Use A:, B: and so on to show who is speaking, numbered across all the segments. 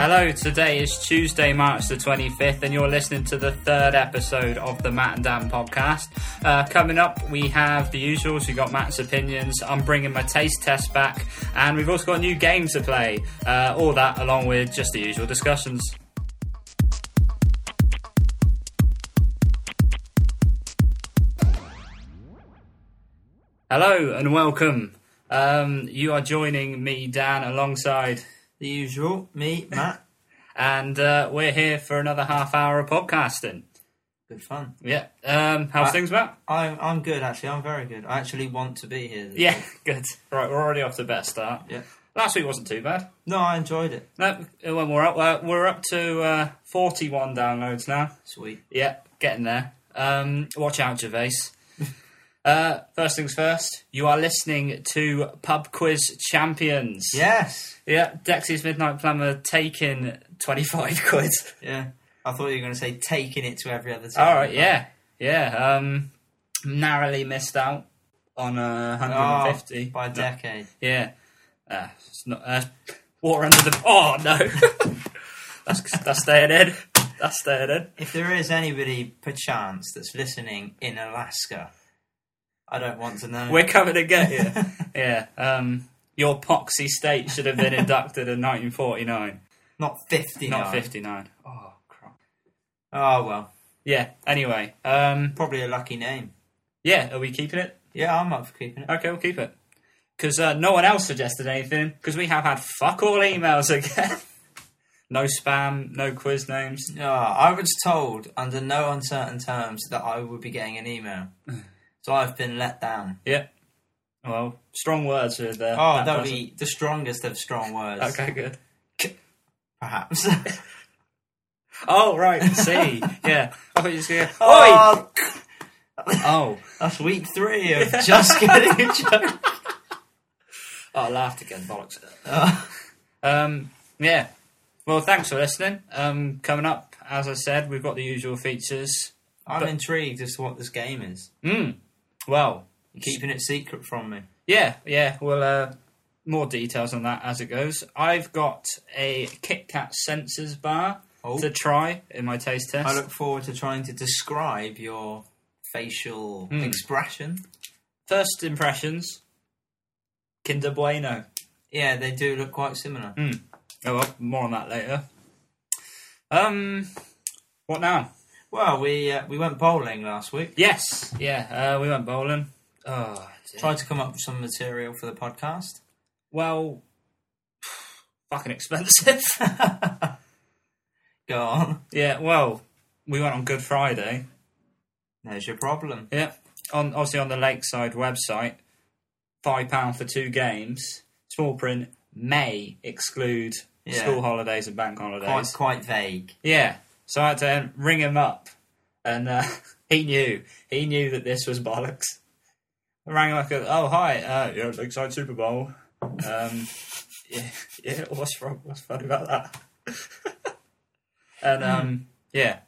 A: Hello, today is Tuesday, March the 25th, and you're listening to the third episode of the Matt and Dan podcast. Uh, coming up, we have the usuals. We've got Matt's opinions. I'm bringing my taste test back, and we've also got a new game to play. Uh, all that, along with just the usual discussions. Hello, and welcome. Um, you are joining me, Dan, alongside
B: The usual, me, Matt.
A: and uh, we're here for another half hour of podcasting.
B: Good fun.
A: Yeah. Um, how's
B: Uh,
A: things, Matt?
B: I'm I'm good actually. I'm very good. I actually want to be here.
A: Yeah, good. Right, we're already off to the best start.
B: Yeah.
A: Last week wasn't too bad.
B: No, I enjoyed it.
A: No, when we're up, uh, we're up to uh, 41 downloads now.
B: Sweet.
A: Yeah, getting there. Um, watch out, Gervais. uh, first things first, you are listening to Pub Quiz Champions.
B: Yes.
A: Yeah, Dexy's Midnight Plumber taking 25 quid.
B: Yeah. I thought you were going to say taking it to every other time.
A: All right, yeah, yeah. Um, narrowly missed out on uh,
B: Oh,
A: 150
B: by a decade.
A: Yeah, uh, it's not uh, water under the. Oh no, that's that's staying in. That's staying in.
B: If there is anybody perchance that's listening in Alaska, I don't want to know.
A: We're coming to get you. yeah. Um, your poxy state should have been inducted in 1949,
B: not fifty.
A: not 59. Oh crap.
B: Oh well.
A: Yeah. Anyway, um,
B: Probably a lucky name.
A: yeah. Are we keeping it?
B: Yeah, I'm up for keeping it.
A: Okay, we'll keep it. Because uh, no one else suggested anything, because we have had fuck all emails again. no spam, no quiz names.
B: No, I was told under no uncertain terms that I would be getting an email, so I've been let down.
A: Yep. Well, strong words with uh,
B: Oh,
A: that
B: that would
A: person.
B: be the strongest of strong words,
A: Okay, good.
B: perhaps.
A: Oh, right, see. yeah. I thought you were going Oi!
B: oh,
A: Oh.
B: that's week three of just getting a joke.
A: Oh, I laughed again, bollocks. um, yeah. Well, thanks for listening. Um, coming up, as I said, we've got the usual features.
B: I'm
A: But-
B: intrigued as to what this game is.
A: Mm. Well,
B: You're keeping it secret from me.
A: Yeah, yeah. Well, uh, more details on that as it goes. I've got a Kit Kat sensors bar
B: Oh.
A: to try in my taste test.
B: I look forward to trying to describe your facial expression.
A: First impressions, Kinder Bueno.
B: Yeah, they do look quite similar.
A: Oh, well, more on that later. Um, what now?
B: Well, we uh, we went bowling last week.
A: Yes, yeah. Uh, we went bowling. Oh, dear.
B: Tried to come up with some material for the podcast.
A: well, fucking expensive.
B: Go on.
A: yeah. Well, we went on Good Friday.
B: There's your problem.
A: Yeah, on obviously on the Lakeside website, five pound for two games. Small print may exclude
B: Yeah.
A: school holidays and bank holidays.
B: Quite quite vague.
A: Yeah, so I had to um, ring him up, and uh, he knew he knew that this was bollocks. I rang him up. and, Oh hi, uh, yeah, Lakeside Super Bowl. Um, yeah, yeah, what's wrong? What's funny about that? and um, yeah,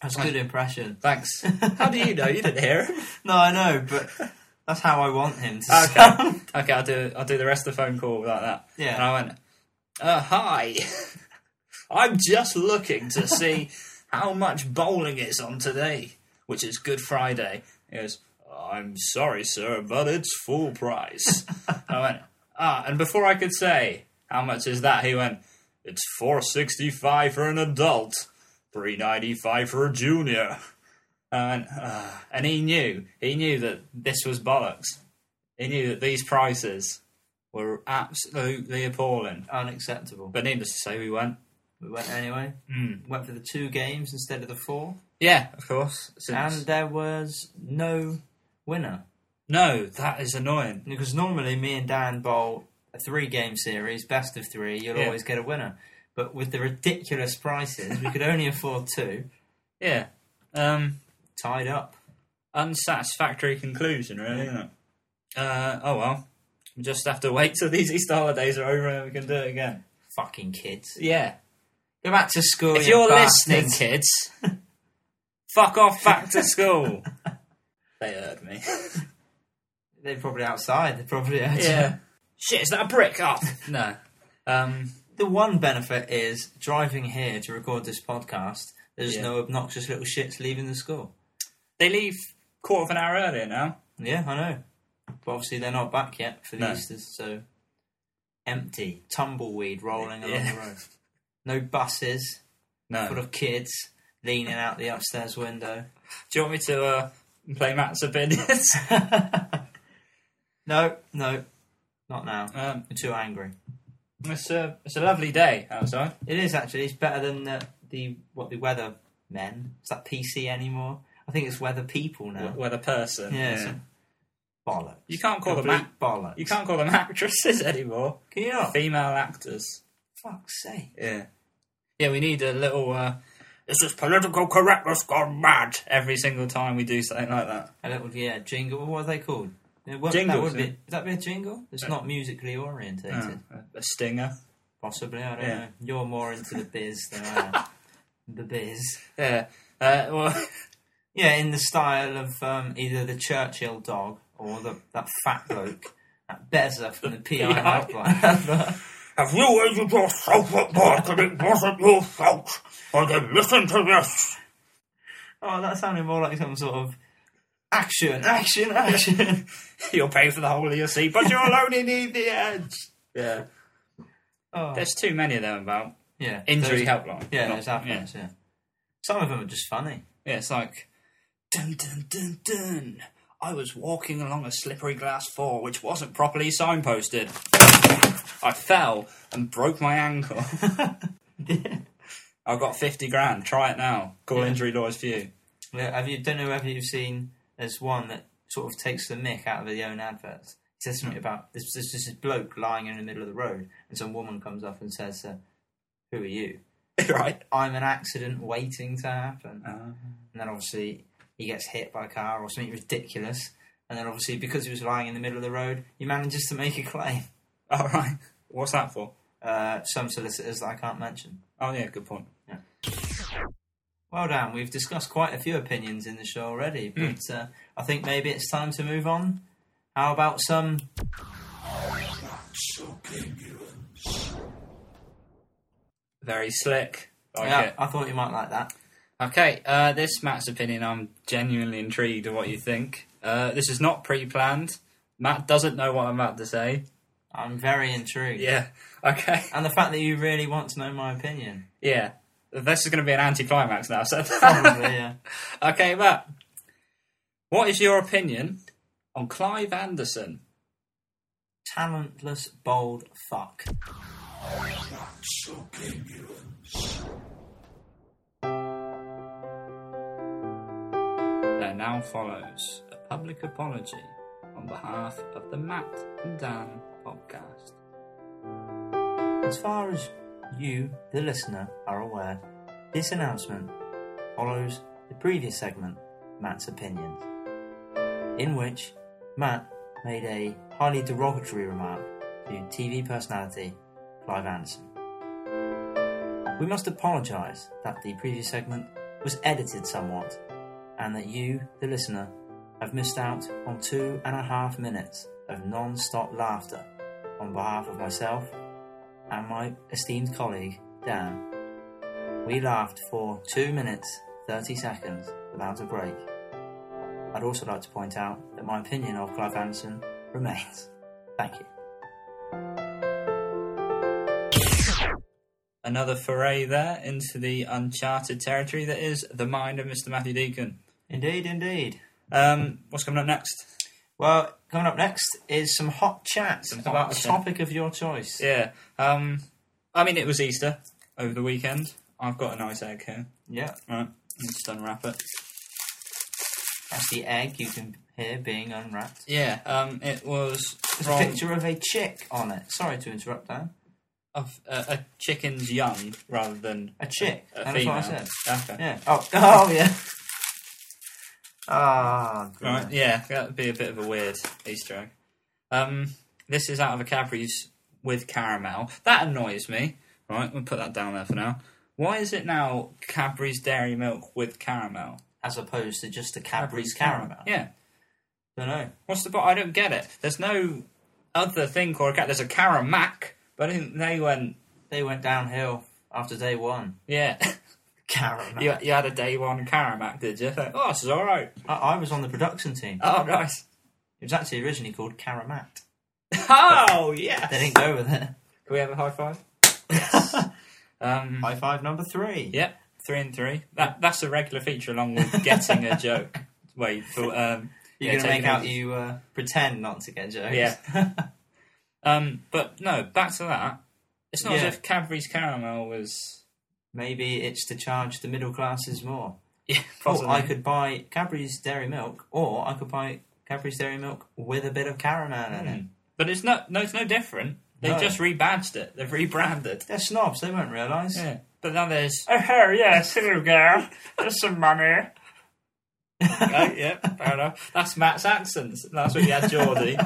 B: That's a good impression.
A: thanks. How do you know? You didn't hear him.
B: No, I know, but that's how I want him to sound.
A: okay, okay, I'll do I'll do the rest of the phone call like that.
B: Yeah.
A: And I went, uh, hi. I'm just looking to see how much bowling is on today, which is Good Friday. He goes, I'm sorry, sir, but it's full price. I went, ah, and before I could say how much is that, he went, it's four sixty five for an adult, three ninety five for a junior. I went, ah, and he knew, he knew that this was bollocks. He knew that these prices were absolutely appalling.
B: Unacceptable.
A: But needless to say, we went.
B: We went anyway.
A: Hmm.
B: Went for the two games instead of the four,
A: Yeah, of course. since-
B: and there was no winner
A: no, that is annoying.
B: because normally me and Dan bowl a three-game series, best of three. You'll
A: Yeah.
B: always get a winner, but with the ridiculous prices, we could only afford two.
A: Yeah, um,
B: Tied up.
A: unsatisfactory conclusion, really, isn't it? Uh, oh well, we just have to wait till these Easter holidays are over and we can do it again.
B: Fucking kids.
A: Yeah,
B: Go back to school.
A: if
B: you
A: you're
B: bastards.
A: listening, kids, fuck off back to school. they heard me.
B: they're probably outside. They're probably outside.
A: Yeah. Shit, is that a brick? Oh no. Um,
B: the one benefit is driving here to record this podcast. There's
A: Yeah.
B: no obnoxious little shits leaving the school.
A: They leave quarter of an hour earlier now.
B: Yeah, I know. But obviously they're not back yet for the
A: No.
B: Easters, so empty tumbleweed rolling along
A: Yeah.
B: the road. No buses
A: No.
B: full of kids leaning out the upstairs window.
A: Do you want me to uh, play Matt's opinions?
B: No, no, not now.
A: um,
B: I'm too angry.
A: it's a it's a lovely day outside.
B: It is actually. It's better than the, the what the weather men. Is that PC anymore? I think it's weather people now.
A: W- Weather person.
B: Yeah. Bollocks.
A: You can't call them
B: Complete bollocks.
A: You can't call them actresses anymore.
B: Can you not?
A: Female actors.
B: Fuck's sake.
A: Yeah. Yeah, we need a little. Uh, this is political correctness gone mad. Every single time we do something like that.
B: A little yeah jingle. What are they called? It won't-
A: Jingles,
B: That would, be,
A: yeah.
B: would that be a jingle? It's not musically orientated.
A: Uh, a- a stinger.
B: Possibly. I don't
A: Yeah.
B: know. You're more into the biz than I am. the biz.
A: Yeah. Uh, well,
B: Yeah, in the style of um, either the Churchill dog or the that fat bloke, that Bezza from the PI
A: PI.
B: helpline.
A: Have you aided yourself at work and it wasn't your fault? Well, then listen to this.
B: oh, that sounded more like some sort of action, action, action.
A: You'll pay for the whole of your seat, but you'll only need the edge. Yeah.
B: oh.
A: There's too many of them about.
B: yeah,
A: Injury
B: those-
A: helpline.
B: Yeah,
A: Not-
B: those happens. Yeah. some of them are just funny.
A: Yeah, it's like dun dun dun dun. I was walking along a slippery glass floor which wasn't properly signposted. I fell and broke my ankle.
B: yeah,
A: I've got fifty grand. Try it now. Call
B: Yeah.
A: injury lawyers for you.
B: have you? Don't know whether you've seen. There's one that sort of takes the mick out of his own adverts. It says something about this. This, this bloke lying in the middle of the road, and some woman comes up and says, uh, "Who are you?"
A: right.
B: I'm an accident waiting to happen. And then obviously he gets hit by a car or something ridiculous. And then obviously because he was lying in the middle of the road, he manages to make a claim.
A: All right. What's that for?
B: Uh, some solicitors that I can't mention.
A: Oh yeah, good point.
B: Well Dan, we've discussed quite a few opinions in the show already, but uh, I think maybe it's time to move on. How about some
A: Very slick. Like
B: yeah,
A: it.
B: I thought you might like that.
A: Okay, uh, this Matt's opinion. I'm genuinely intrigued of what you think. Uh, this is not pre-planned. Matt doesn't know what I'm about to say.
B: I'm very intrigued.
A: Yeah. Okay.
B: And the fact that you really want to know my opinion.
A: Yeah. This is going to be an anticlimax now. So.
B: Probably, yeah.
A: okay, Matt. What is your opinion on Clive Anderson?
B: Talentless, bold fuck.
A: There now follows a public apology on behalf of the Matt and Dan podcast.
B: As far as you, the listener, are aware, this announcement follows the previous segment, Matt's Opinions, in which Matt made a highly derogatory remark to TV personality Clive Anderson. We must apologise that the previous segment was edited somewhat and that you, the listener, have missed out on two and a half minutes of non stop laughter on behalf of myself and my esteemed colleague, Dan, we laughed for 2 minutes 30 seconds without a break. I'd also like to point out that my opinion of Clive Anderson remains. Thank you.
A: Another foray there into the uncharted territory that is the mind of Mr. Matthew Deacon.
B: Indeed, indeed.
A: Um, what's coming up next?
B: Well, coming up next is some hot chat
A: Some hot
B: about a
A: chat.
B: topic of your choice.
A: Yeah. Um, I mean, it was Easter over the weekend. I've got a nice egg here.
B: Yeah.
A: Right, let me just unwrap it.
B: That's the egg you can hear being unwrapped.
A: Yeah, um, it was
B: There's
A: from
B: a picture of a chick on it. Sorry to interrupt, Dan.
A: of uh, a chicken's young rather than
B: A chick.
A: a
B: and
A: female.
B: that's what I said.
A: Okay.
B: Yeah. Oh, oh yeah. Ah,
A: Right,
B: goodness.
A: yeah, that would be a bit of a weird Easter egg. Um, this is out of a Cadbury's with caramel. That annoys me. Right, we'll put that down there for now. Why is it now Cadbury's dairy milk with caramel?
B: As opposed to just a Cadbury's caramel.
A: Yeah.
B: Don't know.
A: What's the point? I don't get it. There's no other thing called a cat. There's a caramac, but I think they went.
B: They went downhill after day one.
A: Yeah.
B: Karen.
A: you, you had a day one Karamak, did you? Like, oh, this is alright.
B: I, I was on the production team.
A: Oh, nice.
B: It was actually originally called Karamat.
A: Oh, yeah.
B: They
A: Can
B: didn't go with it.
A: we have a high five? Um,
B: High five number three.
A: yeah, three and three. That That's a regular feature along with getting a joke. Wait, for, um,
B: You're
A: yeah,
B: gonna make
A: taking
B: out
A: it-
B: you uh, pretend not to get jokes.
A: Um, but no, back to that. It's not
B: Yeah.
A: as if Cadbury's caramel was.
B: Maybe it's to charge the middle classes more.
A: Yeah,
B: Oh, I
A: possibly.
B: could buy Cadbury's Dairy Milk, or I could buy Cadbury's Dairy Milk with a bit of caramel in it.
A: But it's not. No, it's no different. They've
B: No.
A: just rebadged it. They've rebranded.
B: They're snobs, they won't realise.
A: Yeah. But now there's. Oh yes, hello girl. There's some money. okay, oh, yeah, fair enough. That's Matt's accents. That's what you had, Geordie.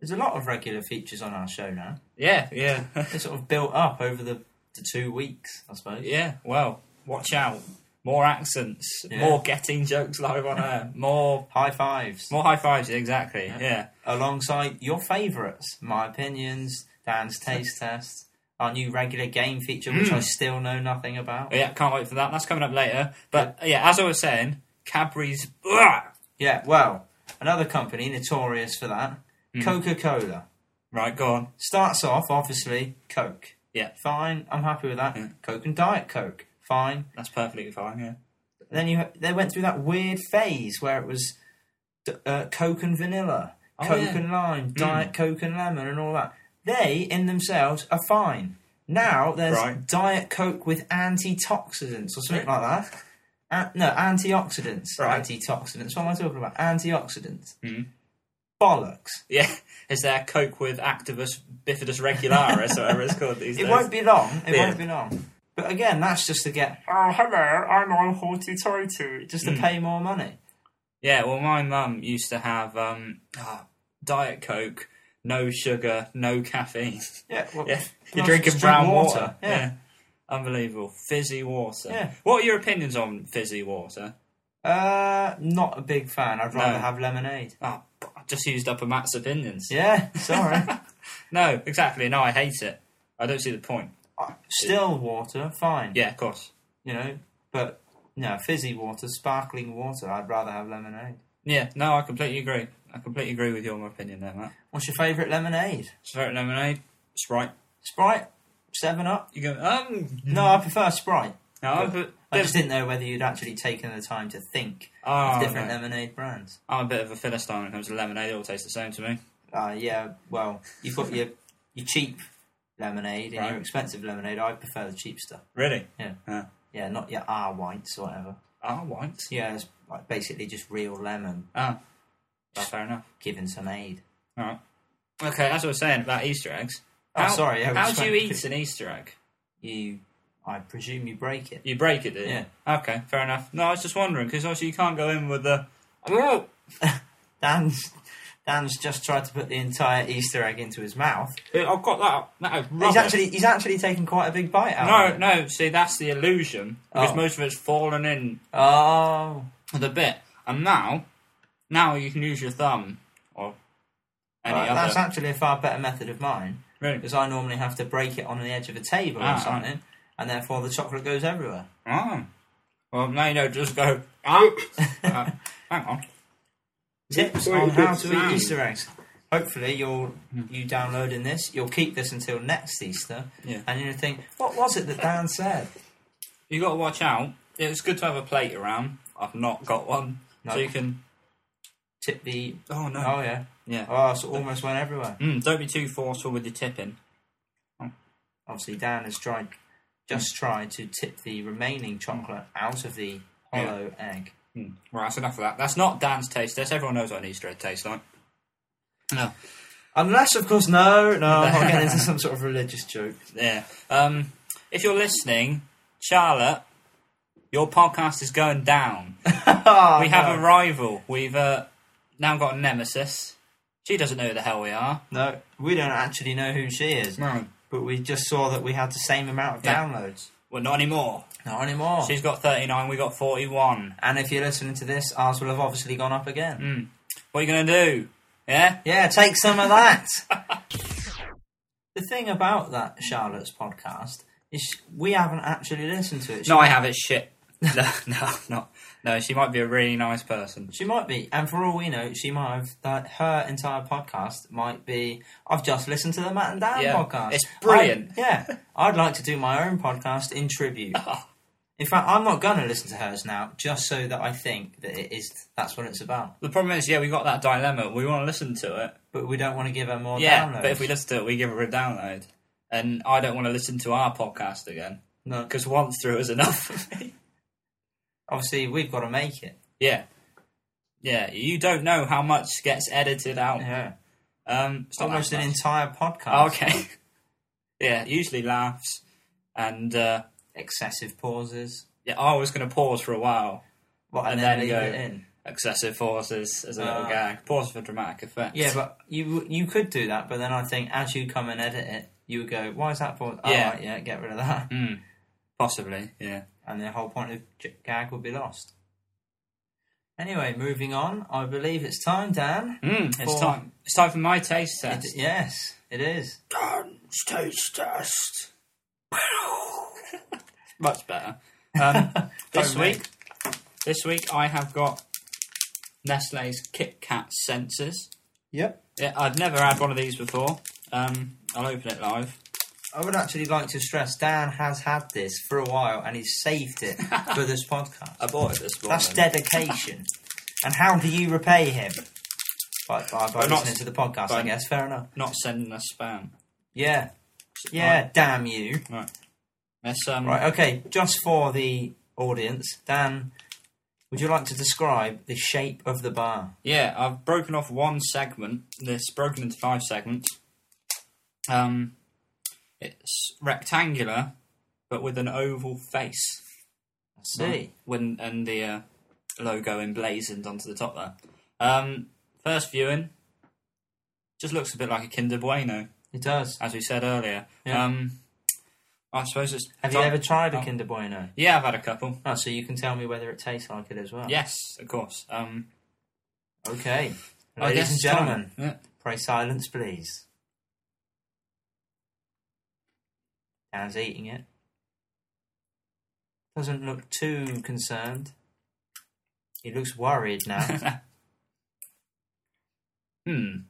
B: There's a lot of regular features on our show now.
A: yeah, yeah,
B: They sort of built up over the, the two weeks, I suppose.
A: yeah. Well, watch out. More accents.
B: Yeah.
A: More getting jokes live on air. More,
B: High fives.
A: more high fives. Exactly. yeah.
B: Alongside your favourites, my opinions, Dan's taste test, our new regular game feature, which
A: Mm.
B: I still know nothing about.
A: Oh, Yeah, can't wait for that. That's coming up later. But yeah, as I was saying, Cadbury's. Ugh!
B: Yeah, well, another company notorious for that,
A: Mm.
B: Coca Cola.
A: Right, go on.
B: Starts off, obviously, Coke.
A: Yeah.
B: Fine, I'm happy with that. Coke and Diet Coke. Fine.
A: That's perfectly fine. Yeah.
B: Then you they went through that weird phase where it was d- uh, Coke and vanilla,
A: Oh,
B: Coke
A: yeah.
B: and lime, Diet Coke and lemon, and all that. They, in themselves, are fine. Now there's
A: Right.
B: Diet Coke with antitoxidants or something like that. An- no, antioxidants.
A: Right. Mm.
B: Antitoxidants. What am I talking about? Antioxidants. Bollocks.
A: Yeah. Is there Coke with Activus bifidus regularis, or whatever it's called these
B: It
A: days?
B: won't be long. It
A: Yeah.
B: won't be long. But again, that's just to get. Oh, hello, I'm on Horty Toity. Just to
A: Mm.
B: pay more money.
A: Yeah. Well, my mum used to have um, ah, diet Coke, no sugar, no caffeine.
B: Yeah. Well,
A: yeah. You're
B: just
A: drinking
B: drink
A: brown
B: water.
A: water.
B: Yeah.
A: Unbelievable. Fizzy water.
B: Yeah.
A: What are your opinions on fizzy water?
B: Uh, not a big fan. I'd rather
A: No.
B: have lemonade.
A: Oh, I just used up a Matt's opinions.
B: Yeah. Sorry.
A: No, exactly. No, I hate it. I don't see the point.
B: Uh, Still water, fine.
A: Yeah, of course.
B: You know, but no fizzy water, sparkling water. I'd rather have lemonade.
A: Yeah, no, I completely agree. I completely agree with your opinion there, Matt.
B: What's your favourite lemonade?
A: Sprite lemonade, Sprite.
B: Sprite, Seven Up.
A: You go, um,
B: No, I prefer Sprite.
A: no, I put,
B: I just didn't know whether you'd actually taken the time to think
A: Oh,
B: of different
A: no.
B: lemonade brands.
A: I'm a bit of a philistine when it comes to lemonade. It all tastes the same to me.
B: Uh, yeah, well, you've got your your cheap lemonade and your
A: Right.
B: expensive lemonade. I prefer the cheap stuff.
A: Really?
B: Yeah.
A: Yeah.
B: Yeah, not your R whites or whatever.
A: Ah, white.
B: Yeah, it's like basically just real lemon
A: Ah, well, fair enough.
B: given some aid.
A: All right. Okay, as I was saying about Easter eggs.
B: Oh, sorry, yeah, we
A: how
B: just
A: do you
B: went-
A: eat an Easter egg?
B: You, I presume you break it.
A: You break it, do you?
B: Yeah.
A: Okay, fair enough. No, I was just wondering because obviously you can't go in with the. Oh,
B: Dan's Dan's just tried to put the entire Easter egg into his mouth.
A: I've got that. Up. That is
B: He's
A: rubbish.
B: actually he's actually taken quite a big bite out. of
A: No,
B: it.
A: no. See, that's the illusion because
B: Oh.
A: most of it's fallen in
B: Oh,
A: the bit, and now, now you can use your thumb or any
B: Right,
A: other.
B: that's actually a far better method of mine
A: Really?
B: because I normally have to break it on the edge of a table
A: Ah,
B: or
A: right.
B: something, and therefore the chocolate goes everywhere.
A: Oh. Well, now you know. Just go.
B: Oh.
A: Ow. uh, hang on.
B: Tips
A: Well,
B: on how
A: it's
B: to
A: sound. Hmm.
B: eat Easter eggs. Hopefully, you'll you downloading this, you'll keep this until next Easter,
A: Yeah.
B: and you'll think, what was it that Dan said?
A: You got to watch out. It's good to have a plate around. I've not got one,
B: No.
A: so you can.
B: Tip the.
A: Oh no.
B: Oh yeah.
A: Yeah.
B: Oh, so almost went everywhere.
A: Mm, don't be too forceful with your tipping.
B: Obviously, Dan has tried, just tried to tip the remaining chocolate out of the
A: Yeah.
B: hollow egg.
A: Mm. Right, that's enough of that. That's not Dan's taste test. Everyone knows what an Easter egg tastes like. No.
B: Unless, of course, no, no, I'm not getting into some sort of religious joke.
A: Yeah. Um, if you're listening, Charlotte, your podcast is going down.
B: Oh,
A: We have
B: no.
A: a rival. We've uh, now got a nemesis. She doesn't know who the hell we are.
B: No, we don't actually know who she is,
A: No.
B: but we just saw that we had the same amount of
A: Yeah.
B: downloads.
A: Well, not anymore.
B: Not anymore.
A: She's got 39, we got 41.
B: And if you're listening to this, ours will have obviously gone up again.
A: Mm. What are you going to do? Yeah?
B: Yeah, take some of that. The thing about that Charlotte's podcast is we haven't actually listened to it. She,
A: No, I have it. Shit. No, no, not. No, she might be a really nice person.
B: she might be, and for all we know, she might have that her entire podcast might be. I've just listened to the Matt and Dan
A: Yeah,
B: podcast.
A: it's brilliant.
B: I- yeah, I'd like to do my own podcast in tribute. In fact, I'm not going to listen to hers now, just so that I think that it is that's what it's about.
A: The problem is, yeah, we got that dilemma. We want to listen to it.
B: But we don't want to give her more
A: yeah,
B: downloads.
A: but if we listen to it, we give her a download. And I don't want to listen to our podcast again
B: no,
A: because once through is enough for me.
B: obviously we've got to make it.
A: Yeah, yeah. You don't know how much gets edited out.
B: Yeah,
A: Um, it's
B: it's
A: not
B: almost
A: that
B: an
A: much.
B: entire podcast.
A: Okay. yeah, usually laughs. And uh,
B: Excessive pauses.
A: yeah, I was going to pause for a while.
B: What,
A: And
B: and, then,
A: then
B: leave
A: go-
B: it in.
A: Excessive pauses as a little
B: Ah.
A: gag. Pause for dramatic effect.
B: Yeah, but you you could do that, but then I think as you come and edit it, you would go, "Why is that pause? Oh,
A: Yeah.
B: right, yeah, get rid of that,"
A: Mm, possibly, yeah.
B: and the whole point of j- gag would be lost. Anyway, moving on. I believe it's time, Dan.
A: Mm,
B: For-
A: it's time. It's time for my taste
B: It-
A: test.
B: yes, it is.
A: Dan's taste test. Much better. Um, this
B: Don't make-
A: week, this week I have got Nestle's Kit Kat Senses.
B: Yep.
A: Yeah, I've never had one of these before. Um, I'll open it live.
B: I would actually like to stress Dan has had this for a while and he's saved it for this podcast.
A: I bought it this morning.
B: That's dedication. and how do you repay him? By, by, by
A: By not-
B: listening to the podcast, I
A: by-
B: guess. Fair enough.
A: Not sending us spam.
B: Yeah. Yeah, damn you.
A: Let's, um,
B: Right, okay, just for the audience, Dan, would you like to describe the shape of the bar?
A: Yeah, I've broken off one segment. This broken into five segments. Um, it's rectangular, but with an oval face.
B: I see.
A: When and the uh, logo emblazoned onto the top there. Um, first viewing, just looks a bit like a Kinder Bueno,
B: It does.
A: as we said earlier.
B: Yeah.
A: Um, I suppose it's.
B: Have you ever tried a
A: Oh.
B: Kinder Bueno?
A: Yeah, I've had a couple.
B: Oh, so you can tell me whether it tastes like it as well.
A: Yes, of course. Um,
B: Okay.
A: I guess
B: Ladies and
A: it's time.
B: gentlemen,
A: Yeah.
B: pray silence, please. Dan's eating it. Doesn't look too concerned. He looks worried now.
A: Hmm.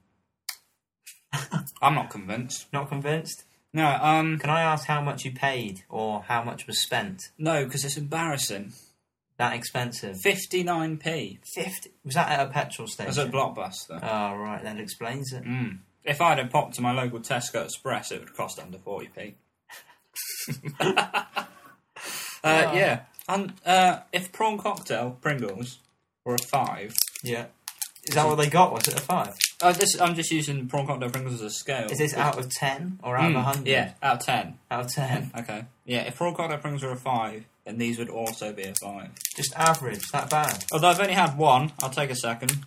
A: I'm not convinced.
B: Not convinced?
A: No, um,
B: Can I ask how much you paid or how much was spent?
A: no, because it's embarrassing.
B: That expensive.
A: 59p.
B: Fifty was that at a petrol
A: That's
B: station?
A: a blockbuster.
B: oh right, that explains it.
A: Mm. If I'd have popped to my local Tesco Express, it would cost under 40p. uh, yeah. And uh, if prawn cocktail, Pringles, were a five.
B: Yeah. Is that what they got? Was it a five?
A: Uh, this I'm just using prawn cocktail Pringles as a scale.
B: Is this out of ten or out of
A: Mm,
B: a hundred?
A: Yeah, out of ten.
B: Out of ten.
A: Okay. Yeah, if prawn cocktail Pringles were a five, then these would also be a five.
B: Just average, that bad.
A: Although I've only had one, I'll take a second.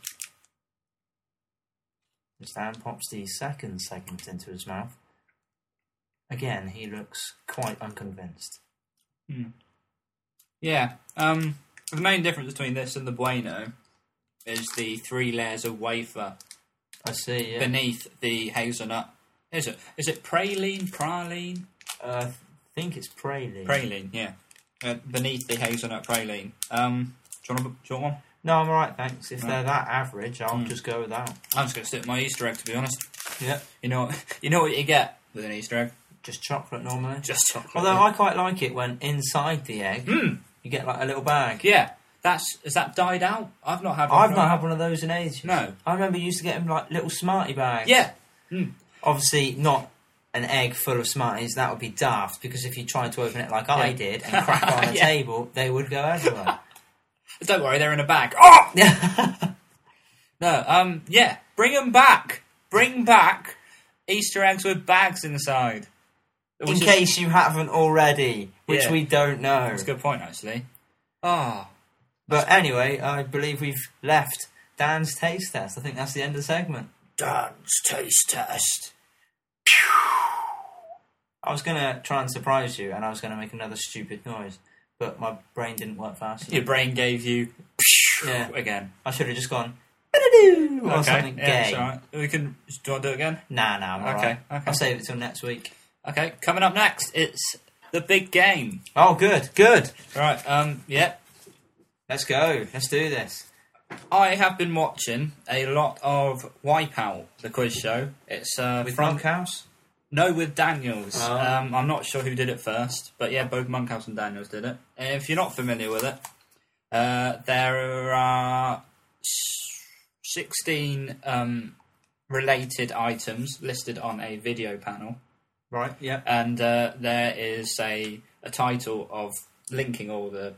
B: Dan pops the second segment into his mouth. Again, he looks quite unconvinced.
A: Yeah. Um, the main difference between this and the Bueno is the three layers of wafer
B: I see, yeah.
A: beneath the hazelnut. Is it? Is it praline? Praline?
B: Uh, I think it's praline.
A: Praline. Yeah. Uh, beneath the hazelnut praline. Um, do you want, a, do you want one?
B: no, I'm alright, thanks. If
A: Mm.
B: they're that average, I'll just go with that.
A: I'm just gonna stick with my Easter egg to be honest.
B: Yeah.
A: You know, you know what you get with an Easter egg.
B: Just chocolate normally.
A: Just chocolate. Mm.
B: Although I quite like it when inside the egg you get like a little bag.
A: yeah, that's is that died out? I've not had. One
B: I've
A: for-
B: not had one of those in ages.
A: No.
B: I remember you used to get them like little Smartie bags.
A: Yeah.
B: Obviously, not an egg full of Smarties. That would be daft because if you tried to open it like I
A: Yeah.
B: did and crack it on a
A: Yeah.
B: table, they would go everywhere.
A: Don't worry, they're in a bag. Oh.
B: yeah.
A: No, um, yeah, bring them back. Bring back Easter eggs with bags inside.
B: In
A: Which is-
B: case you haven't already, which
A: Yeah.
B: we don't know.
A: that's a good point, actually. Ah,
B: But anyway, I believe we've left Dan's taste test. I think that's the end of the segment.
A: dance taste test.
B: I was gonna try and surprise you, and I was gonna make another stupid noise, but my brain didn't work fast enough.
A: Your brain gave you
B: Yeah.
A: again.
B: I should have just gone. Woo! Or something
A: yeah,
B: gay.
A: it's all right. We can. Do I do it again?
B: Nah, nah, I'm
A: Okay,
B: alright.
A: okay.
B: I'll save it till next week.
A: Okay. Coming up next, it's the big game.
B: Oh, good, good.
A: Right. Um. Yeah.
B: Let's go. Let's do this.
A: I have been watching a lot of Wipeout, the quiz show. It's uh,
B: With
A: from
B: Monkhouse?
A: No, with Daniels.
B: Oh.
A: Um, I'm not sure who did it first, but yeah, both Monkhouse and Daniels did it. And If you're not familiar with it, uh, there are s- 16 um, related items listed on a video panel,
B: Right, yeah.
A: and uh, there is a, a title of linking all the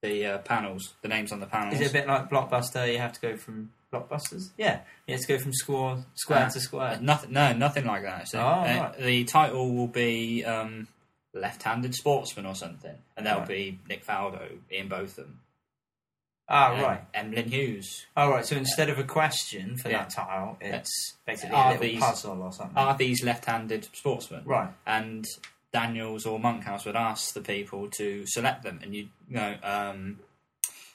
A: the uh, panels, the names on the panels.
B: Is it a bit like Blockbuster? You have to go from Blockbusters? Yeah. You have to go from square, square
A: Uh,
B: to
A: Uh,
B: square.
A: nothing. No, nothing like that. Actually,
B: Oh,
A: Uh,
B: right.
A: the title will be um, "Left-Handed Sportsman" or something, and that'll
B: Right.
A: be Nick Faldo, Ian Botham,
B: Ah,
A: and
B: right.
A: Emlyn Hughes.
B: All right. So instead of a question for
A: Yeah.
B: that tile, it's basically
A: Are
B: a little
A: these-
B: puzzle or something.
A: Are these left-handed sportsmen?
B: right.
A: And Daniels or Monkhouse would ask the people to select them, and you, you know, um,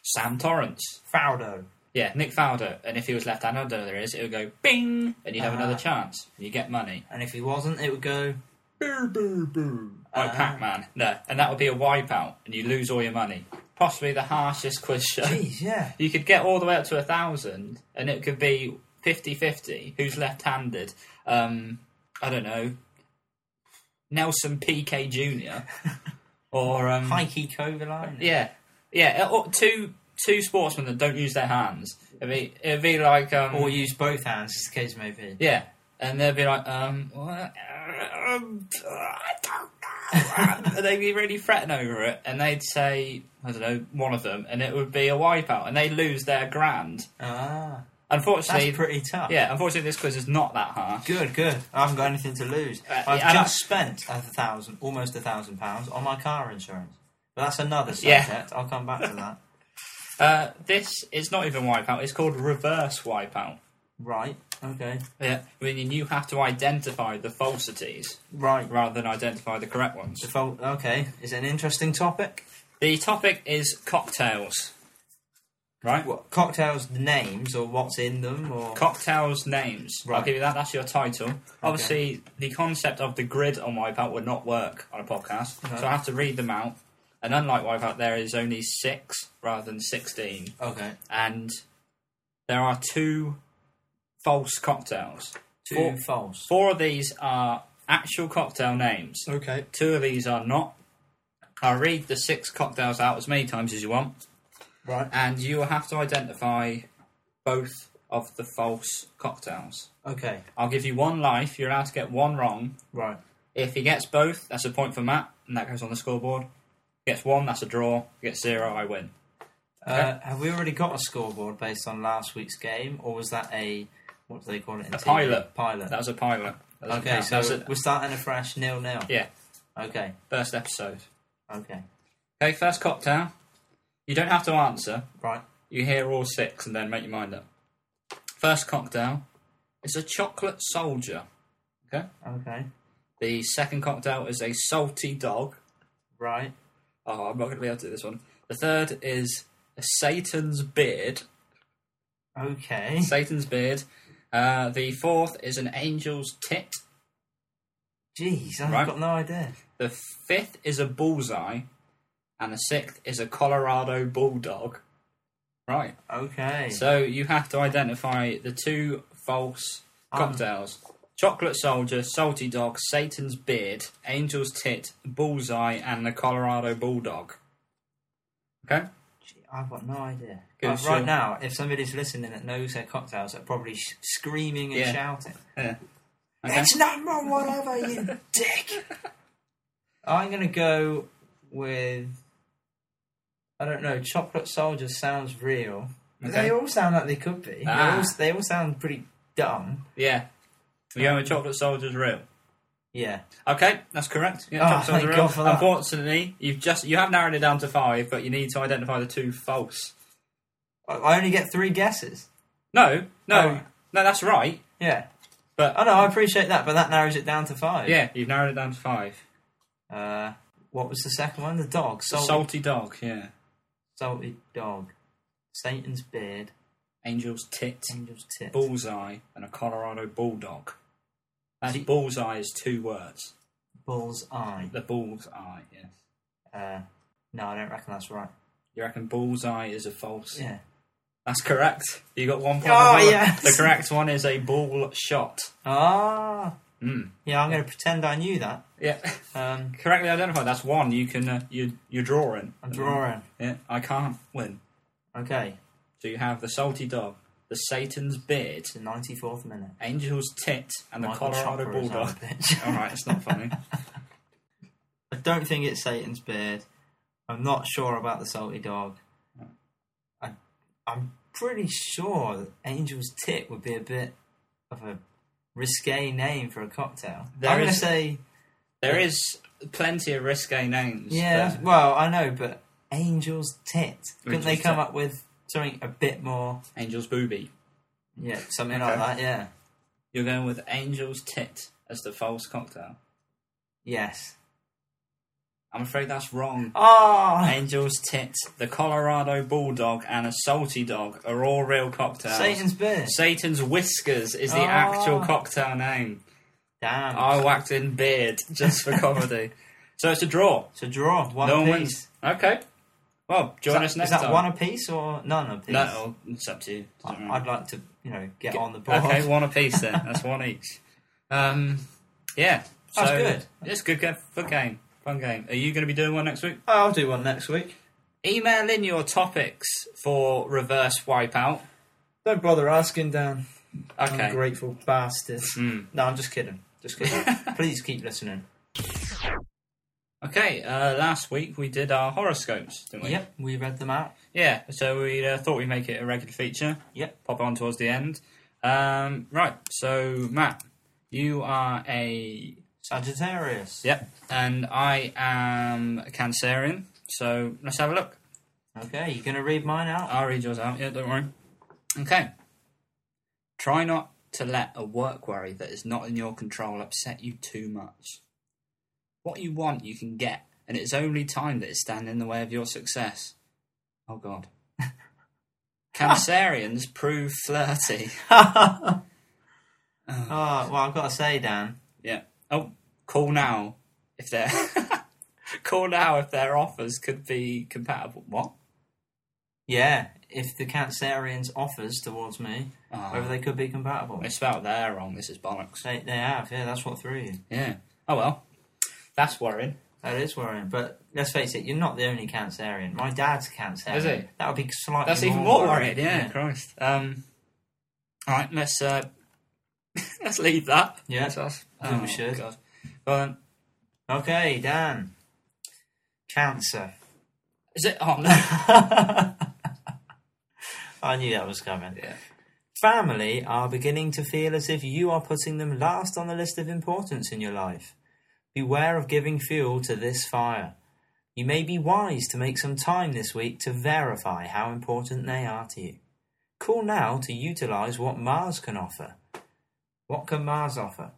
A: Sam Torrance.
B: Faldo.
A: Yeah, Nick Faldo, and if he was left-handed, I don't know who there is, it would go bing, and you'd have
B: Ah.
A: another chance. And you get money.
B: And if he wasn't, it would go.
A: Boo, boo, boo. Like
B: Ah.
A: Pac-Man. No, and that would be a wipeout, and you lose all your money. Possibly the harshest quiz show.
B: Jeez, yeah.
A: You could get all the way up to a thousand, and it could be 50-50. Who's left-handed? Um, I don't know. Nelson PK Jr. or um,
B: Heike Kovalainen.
A: yeah, yeah. Or two two sportsmen that don't use their hands. It'd be it'd be like um,
B: Or use both hands, as the case may be.
A: yeah, and they'd be like, um, what? Um, I don't know. and they'd be really fretting over it, and they'd say, I don't know, one of them, and it would be a wipeout, and they lose their grand.
B: Ah, that's
A: Unfortunately,
B: pretty tough.
A: yeah, unfortunately, this quiz is not that harsh.
B: Good, good. I haven't got anything to lose.
A: Uh,
B: I've
A: yeah, and
B: just spent a thousand, almost a thousand pounds on my car insurance. But that's another
A: Yeah.
B: subject. I'll come back to that.
A: Uh, this is not even wipeout; it's called reverse wipeout.
B: Right. Okay.
A: Yeah, meaning you have to identify the falsities
B: Right.
A: rather than identify the correct ones.
B: The fol- okay. Is it an interesting topic?
A: The topic is cocktails, right?
B: What cocktails? The names or what's in them or
A: Cocktails names. I'll
B: Right.
A: give you that. That's your title. Obviously, the concept of the grid on Wipeout would not work on a podcast,
B: No.
A: so I have to read them out. And unlike Wipeout, there is only six rather than sixteen,
B: okay.
A: and there are two false cocktails.
B: Two
A: Four,
B: false.
A: four of these are actual cocktail names.
B: Okay.
A: Two of these are not. I'll read the six cocktails out as many times as you want
B: Right.
A: and you will have to identify both of the false cocktails.
B: Okay.
A: I'll give you one life. You're allowed to get one wrong.
B: Right.
A: If he gets both, that's a point for Matt, and that goes on the scoreboard. Gets one, that's a draw. Gets zero, I win.
B: Uh, have we already got a scoreboard based on last week's game, or was that a what do they call it? In
A: A pilot.
B: Pilot.
A: That was a pilot. That doesn't
B: okay.
A: count.
B: So
A: that was a,
B: we're starting afresh, nil nil.
A: yeah,
B: Okay.
A: first episode.
B: Okay.
A: Okay, first cocktail. You don't have to answer.
B: Right.
A: You hear all six and then make your mind up. First cocktail. It's a chocolate soldier. Okay.
B: Okay.
A: The second cocktail is a salty dog.
B: Right.
A: Oh, I'm not going to be able to do this one. The third is Satan's beard.
B: Okay.
A: Satan's beard. Uh, the fourth is an angel's tit.
B: Jeez, I've
A: Right.
B: got no idea.
A: The fifth is a bullseye, and the sixth is a Colorado bulldog. Right.
B: Okay.
A: So you have to identify the two false
B: Um.
A: cocktails: chocolate soldier, salty dog, Satan's beard, angel's tit, bullseye, and the Colorado bulldog. Okay.
B: Gee, I've got no idea.
A: Good,
B: Like,
A: so-
B: right now, if somebody's listening that knows their cocktails, they're probably sh- screaming and
A: Yeah.
B: shouting.
A: Yeah. Okay.
B: It's number whatever, you dick. I'm gonna go with. I don't know. Chocolate Soldier sounds real.
A: Okay.
B: They all sound like they could be.
A: Ah.
B: They, all, they all sound pretty dumb.
A: Yeah. We're going with Chocolate Soldier's real.
B: Yeah.
A: Okay, that's correct. Yeah,
B: Oh,
A: Chocolate Soldier's
B: thank
A: real.
B: God for that.
A: Unfortunately, you've just you have narrowed it down to five, but you need to identify the two false.
B: I, I only get three guesses.
A: No, no,
B: Oh.
A: no. That's right.
B: Yeah.
A: But
B: I know. Oh, I appreciate that, but that narrows it down to five.
A: yeah, you've narrowed it down to five.
B: Uh, what was the second one? The dog. Salty,
A: Salty dog. Yeah.
B: salty dog. Satan's beard.
A: Angel's tit,
B: Angel's tip.
A: bullseye, and a Colorado bulldog. That's
B: Do-
A: bullseye is two words.
B: Bull's eye.
A: The bullseye, yes.
B: Uh, no, I don't reckon that's right.
A: You reckon bullseye is a false?
B: Yeah.
A: That's correct. You got one point.
B: Oh,
A: Another-
B: yes.
A: The correct one is a bull shot.
B: Ah.
A: Mm.
B: Yeah, I'm going to pretend I knew that.
A: Yeah,
B: Um,
A: correctly identified. That's one. You can uh, you you're drawing.
B: I'm drawing.
A: Yeah, I can't win.
B: Okay,
A: So you have the salty dog, the Satan's beard,
B: it's the 94th minute.
A: Angel's tit, and the
B: Michael
A: Colorado
B: Chopper is on
A: bulldog. Oh,
B: the pitch.
A: All right, it's not funny.
B: I don't think it's Satan's beard. I'm not sure about the salty dog. I, I'm pretty sure that Angel's Tit would be a bit of a risque name for a cocktail.
A: There
B: I'm going to
A: is-
B: say,
A: There is plenty of risque names.
B: yeah,
A: but
B: well, I know, but Angel's Tit. Couldn't they
A: Angel's
B: come
A: Tit.
B: up with something a bit more,
A: Angel's booby.
B: yeah, something
A: Okay.
B: like that, yeah.
A: You're going with Angel's tit as the false cocktail.
B: Yes.
A: I'm afraid that's wrong.
B: Oh!
A: Angel's tit, the Colorado bulldog, and a salty dog are all real cocktails.
B: Satan's beard.
A: Satan's whiskers is the
B: Oh.
A: actual cocktail name.
B: Damn.
A: I whacked in beard just for comedy. So it's a draw.
B: It's a draw. One
A: no one
B: apiece.
A: wins. Okay. Well,
B: Is
A: join
B: that-
A: us next
B: Is that
A: time.
B: one apiece or none apiece?
A: no, oh, it's up to you.
B: I-
A: Doesn't
B: I'd
A: matter.
B: like to, you know, get, on the board.
A: Mm-hmm. Okay, one apiece then. That's one each. Um, yeah.
B: That's
A: so-
B: good.
A: It's good game. Fun game. Fun game. Are you going to be doing one next week?
B: I'll do one next week.
A: Email in your topics for reverse wipeout.
B: Don't bother asking, Dan.
A: Okay.
B: Ungrateful bastard.
A: Hmm.
B: No, I'm just kidding. Just kidding. Please keep listening.
A: Okay. Uh, last week we did our horoscopes, didn't we?
B: Yep, we read them out.
A: Yeah. So we uh, thought we'd make it a regular feature.
B: Yep.
A: pop on towards the end. Um, right, so Matt, you are a
B: Sagittarius.
A: yep, and I am a Cancerian. So let's have a look.
B: Okay, you gonna read mine out?
A: I'll read yours out. Yeah, don't worry. Okay. Try not to let a work worry that is not in your control upset you too much. What you want, you can get, and it's only time that is standing in the way of your success. Oh God. Cancerians prove flirty.
B: oh,
A: Mm.
B: Ah, well, I've got to say, Dan.
A: Yeah. Oh, call now if their call now if their offers could be compatible. What?
B: Yeah, if the Cancerians' offers towards me,
A: Oh.
B: whether they could be compatible.
A: It's about there wrong. This is bollocks.
B: They, they have, yeah, that's what threw you.
A: Yeah. Oh well, that's worrying.
B: That is worrying, but let's face it, you're not the only Cancerian. My dad's a Cancerian.
A: Is he?
B: That would be slightly
A: That's even more worrying. Yeah, Christ. Um. All right. Let's uh. let's leave that.
B: Yeah.
A: That's us.
B: I think we should.
A: God. Well, then,
B: Okay, Dan. Cancer.
A: is it? Oh no.
B: I knew that was coming.
A: yeah.
B: Family are beginning to feel as if you are putting them last on the list of importance in your life. Beware of giving fuel to this fire. You may be wise to make some time this week to verify how important they are to you. Call now to utilize what Mars can offer. What can Mars offer?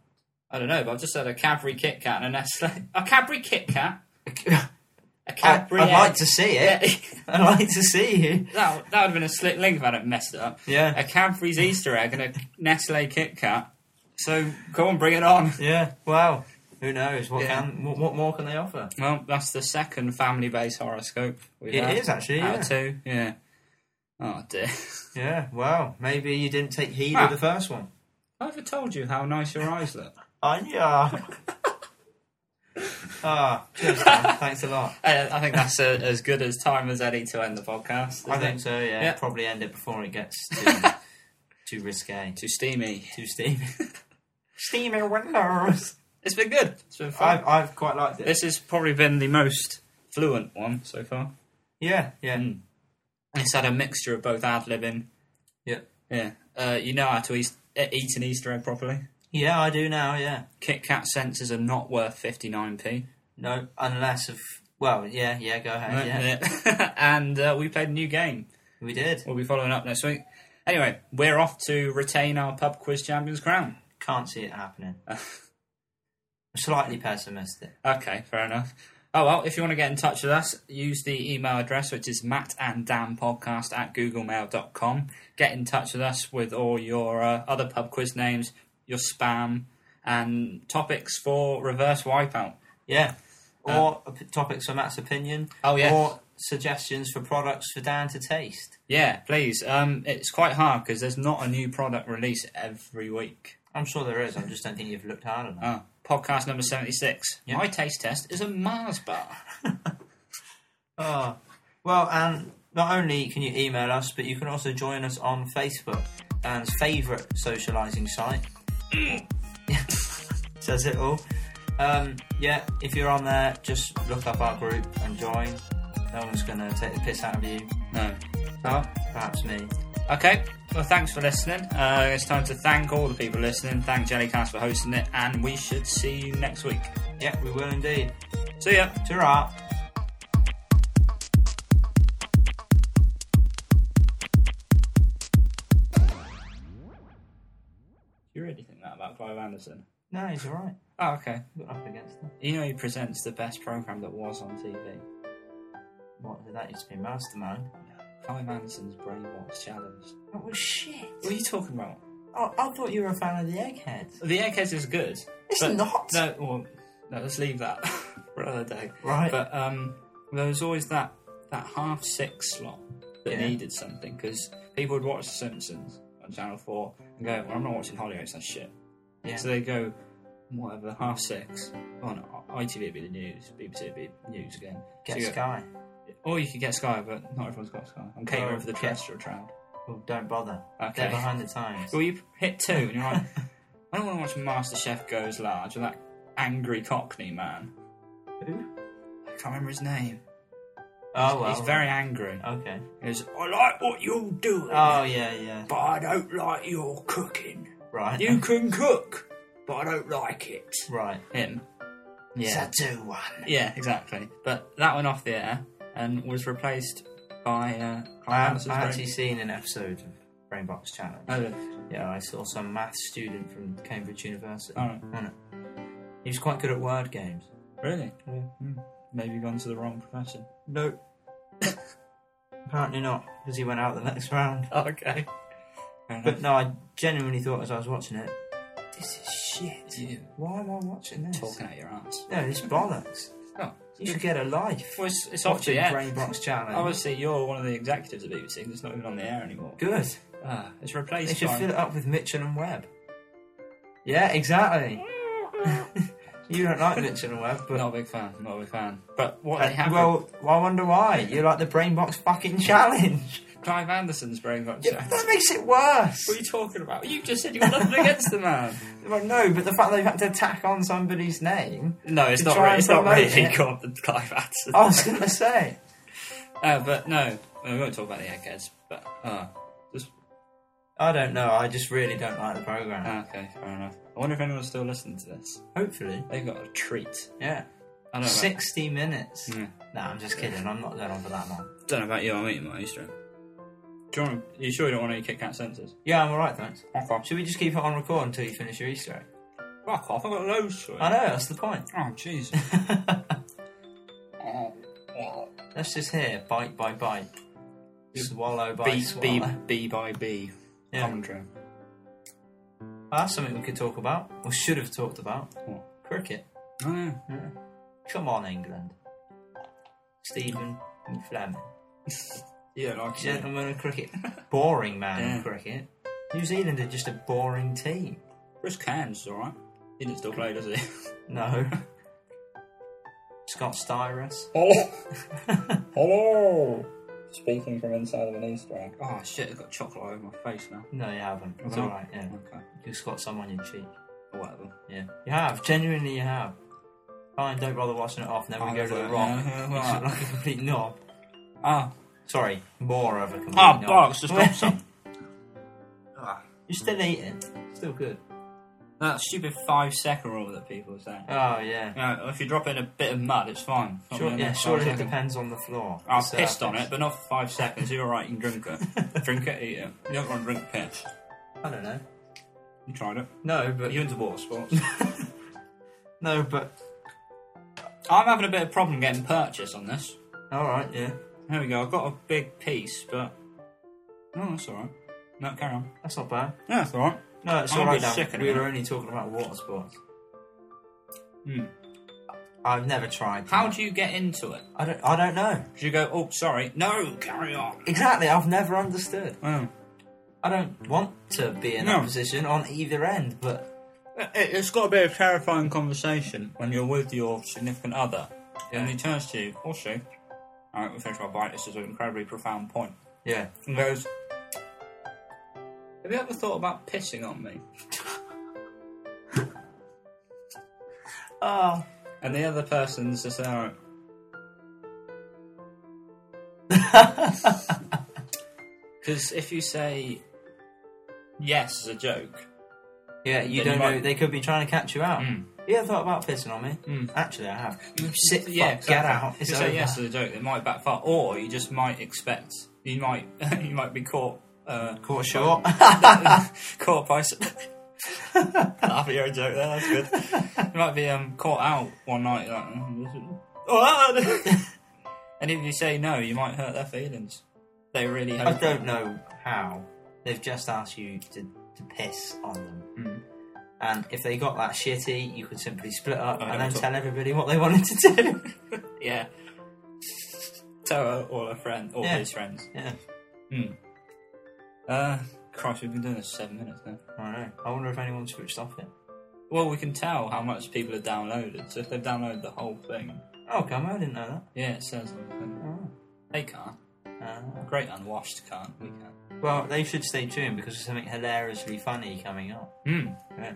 A: I don't know, but I've just had a Cadbury Kit Kat and a Nestle. A Cadbury Kit Kat. A
B: I,
A: Cadbury.
B: would like
A: egg.
B: to see it. I'd like to see you.
A: that, that would have been a slick link if I hadn't messed it up.
B: Yeah.
A: A Cadbury's Easter egg and a Nestle Kit Kat. So go on, bring it on.
B: Yeah. Wow. Who knows? What
A: Yeah.
B: can? What, what more can they offer?
A: Well, that's the second family-based horoscope. We've
B: It
A: had
B: is, actually,
A: Out
B: yeah.
A: of two, yeah. Oh dear.
B: Yeah. Wow. Maybe you didn't take heed
A: Ah.
B: of the first one.
A: I ever told you how nice your eyes look?
B: Anya. ah. Cheers, Dan. Thanks a lot.
A: I, I think that's uh as good as time as any to end the podcast.
B: I
A: isn't
B: think
A: it?
B: so. Yeah.
A: Yeah.
B: Probably end it before it gets too, too risque.
A: too steamy.
B: Too steamy. steamy windows.
A: It's been good. It's been fun.
B: I've I've quite liked it.
A: This has probably been the most fluent one so far.
B: Yeah. Yeah.
A: Mm. It's had a mixture of both ad libbing
B: Yeah.
A: Yeah. Uh, you know how to eat, eat an Easter egg properly.
B: Yeah. I do now. Yeah.
A: Kit Kat sensors are not worth 59p.
B: No. Unless of. Well. Yeah. Yeah. Go ahead. Yeah.
A: and uh, we played a new game.
B: We did.
A: We'll be following up next week. Anyway, we're off to retain our pub quiz champions crown.
B: Can't see it happening. I'm slightly pessimistic.
A: Okay, fair enough. Oh, well, if you want to get in touch with us, use the email address, which is mattanddanpodcast at googlemail.com. Get in touch with us with all your uh, other pub quiz names, your spam, and topics for Reverse Wipeout.
B: Yeah. Or op- topics for Matt's opinion.
A: Oh, yeah.
B: Or suggestions for products for Dan to taste.
A: Yeah, please. Um, it's quite hard because there's not a new product release every week.
B: I'm sure there is. I just don't think you've looked hard enough.
A: Uh, podcast number 76.
B: Yeah.
A: My taste test is a Mars bar.
B: Oh, well, and not only can you email us, but you can also join us on Facebook, Dan's favourite socialising site. Says it all. Um, yeah, if you're on there, just look up our group and join. No one's going to take the piss out of you.
A: No.
B: Oh, perhaps me.
A: Okay. Well, thanks for listening. Uh, it's time to thank all the people listening. Thank Jellycast for hosting it, and we should see you next week.
B: Yeah, we will indeed.
A: See ya.
B: Ta-ra.
A: You really think that about Clive Anderson?
B: No, he's all right.
A: Oh, okay.
B: We're up against them.
A: You know he presents the best program that was on TV.
B: What did that used to be? Mastermind.
A: Clive Anderson's Brainbox Challenge.
B: That was shit.
A: What are you talking about?
B: Oh, I thought you were a fan of the Eggheads.
A: The Eggheads is good.
B: It's
A: but-
B: not.
A: No, well, no, let's leave that for another day.
B: Right.
A: But um, there was always that that half six slot that
B: Yeah.
A: needed something because people would watch The Simpsons on Channel Four and go, "Well, I'm not watching Hollyoaks. That's shit."
B: Yeah.
A: So they go whatever half six on ITV it'd be the news, BBC it'd be news again. So
B: Get
A: you go-
B: Sky.
A: Or you could get Sky, but not everyone's got Sky. I'm catering
B: Oh,
A: for the
B: yeah.
A: terrestrial crowd.
B: Well, don't bother.
A: Okay.
B: They're behind the times.
A: Well, you hit two, and you're like, I don't want to watch MasterChef Goes Large with that angry Cockney man. I can't remember his name.
B: Oh, well.
A: He's very angry. Uh,
B: Okay.
A: He goes, I like what you're doing,
B: Oh, yeah, yeah.
A: but I don't like your cooking.
B: Right.
A: You can cook, but I don't like it.
B: Right.
A: Him. Yeah.
B: It's a 2 1.
A: Yeah, exactly. But that went off the air and was replaced by uh, Clive
B: I've
A: Anderson's
B: actually
A: brain-
B: seen an episode of Brainbox Challenge.
A: Oh, really?
B: Yeah, I saw some math student from Cambridge University.
A: All right.
B: On it. He was quite good at word games.
A: Really?
B: Yeah.
A: Hmm. Maybe gone to the wrong profession.
B: No. Apparently not, because he went out the next round.
A: Okay.
B: But no, I genuinely thought as I was watching it, this is shit.
A: You
B: Why am I watching this?
A: talking out your ass.
B: No, this bollocks.
A: Oh,
B: You should get a life.
A: Well, it's, it's off
B: Watching
A: the air.
B: Brainbox Challenge.
A: Obviously, you're one of the executives of BBC. 'cause It's not even on the air anymore.
B: Good.
A: Ah, it's
B: They
A: replaced
B: should
A: by.
B: fill it up with Mitchell and Webb. Yeah, exactly. you don't like Mitchell and Webb, but
A: not a big fan. Not a big fan. But what they
B: Uh,
A: have
B: well, I wonder why. You like the Brainbox fucking challenge.
A: with Clive Anderson's brain got
B: Yeah,
A: jacked.
B: that makes it worse.
A: What are you talking about? You just said you got nothing against the man.
B: Well, no, but the fact they've had to tack on somebody's name.
A: No, it's
B: To
A: not.
B: try
A: Really,
B: and
A: it's not
B: promote
A: really
B: it.
A: called the Clive Anderson.
B: I was gonna say.
A: Oh. Uh, but no, we won't talk about the eggheads. But uh, just
B: I don't know. I just really don't like the program.
A: ah, okay, fair enough. I wonder if anyone's still listening to this.
B: Hopefully,
A: They've got a treat. I
B: yeah.
A: don't know. About,
B: Sixty minutes.
A: Yeah.
B: No, I'm just kidding. I'm not going on for that long.
A: don't know about you. I'm eating my Easter. egg. Do you, want, you sure you don't want any Kit Kat sensors?
B: Yeah, I'm all right, thanks.
A: Fuck off.
B: Should we just keep it on record until you finish your Easter egg?
A: Fuck off, I've got loads to it.
B: I know that's the point.
A: Oh, jeez.
B: Let's just hear bite by bite, swallow by
A: B,
B: swallow.
A: B, B by B.
B: Yeah.
A: Commentary.
B: Well, that's something we could talk about, or should have talked about.
A: What?
B: Cricket.
A: Oh, yeah.
B: Come on, England. Stephen Fleming.
A: Yeah, like yeah.
B: Gentleman of cricket. Boring man
A: Yeah.
B: of cricket. New Zealand are just a boring team.
A: Chris Cairns is alright. He didn't still play, does he?
B: No. Scott Styrus.
A: Hello. Oh. Hello. Speaking from inside of an Easter egg. Oh, shit, I've got chocolate all over my face now.
B: No, you haven't. It's
A: No.
B: alright, yeah.
A: Okay.
B: You've just got some on your cheek.
A: Oh, Whatever.
B: Yeah. You have. Genuinely, you have. Fine, don't bother washing it off, and then we
A: Oh,
B: go to the
A: right.
B: wrong.
A: Yeah,
B: You just
A: right.
B: look like a complete knob.
A: Ah,
B: Sorry, more of a complete
A: ah,
B: knob.
A: bollocks, just dropped some. Ah,
B: You're still eating. Still good.
A: That stupid five second rule that people say.
B: Oh, yeah.
A: Yeah, if you drop in a bit of mud, it's fine. It's not
B: Sure,
A: gonna
B: yeah,
A: make
B: surely
A: five
B: it
A: seconds.
B: depends on the floor.
A: I was
B: So-
A: pissed on it, but not for five seconds. You're alright, you can drink it. drink it, eat it. You don't want to drink piss.
B: I don't know.
A: You tried it.
B: No, but
A: But you into water sports?
B: no, but
A: I'm having a bit of problem getting purchase on this.
B: Alright, yeah.
A: There we go. I've got a big piece, but no, that's all right. No, carry on.
B: That's not bad.
A: Yeah, that's all right.
B: No, it's
A: I'm a
B: alright
A: bit
B: now.
A: sick of
B: We
A: it.
B: were only talking about water sports.
A: Hmm.
B: I've never tried.
A: How do you get into it?
B: I don't I don't know.
A: Do you go? Oh, sorry. No, carry on.
B: Exactly, I've never understood.
A: Oh.
B: I don't want to be in
A: No.
B: that position on either end, but
A: It- It's got to be a terrifying conversation when you're with your significant other, and he turns to you, or she, all right, we finished our bite, this is an incredibly profound point,
B: yeah.
A: and goes, Have you ever thought about pissing on me?
B: Oh.
A: Ah. And the other person's just there, like, Because if you say yes as a joke,
B: Yeah, you
A: Then
B: don't
A: you
B: know.
A: might-
B: They could be trying to catch you out.
A: Mm.
B: You ever thought about pissing on me?
A: Mm.
B: Actually, I have.
A: you
B: Sit,
A: yeah,
B: fuck,
A: exactly.
B: get out. It's
A: you
B: over.
A: say yes as a joke, it might backfire, or you just might expect you might you might be caught uh,
B: Caught short.
A: caught by. s- Laugh at your own joke there. That's good. You might be um, caught out one night like. "Oh, this is- Oh, ah!" and if you say no, you might hurt their feelings. They really
B: I
A: hope.
B: don't know how. They've just asked you to, to piss on them.
A: Mm.
B: And if they got that shitty, you could simply split up
A: I
B: and
A: know,
B: then
A: it's-
B: tell everybody what they wanted to do.
A: Yeah. Tara or her friend or
B: Yeah.
A: his friends.
B: yeah,
A: Hmm. Uh, Christ, we've been doing this for seven minutes now.
B: I know. I wonder if anyone switched off it.
A: Well, we can tell how much people have downloaded. So if they've downloaded the whole thing,
B: Oh, come on, I didn't know
A: yeah, it says on the
B: that.
A: thing.
B: Oh.
A: They can't.
B: Uh,
A: Great unwashed can't. We can.
B: well, they should stay tuned because there's something hilariously funny coming up.
A: Hmm.
B: Yeah.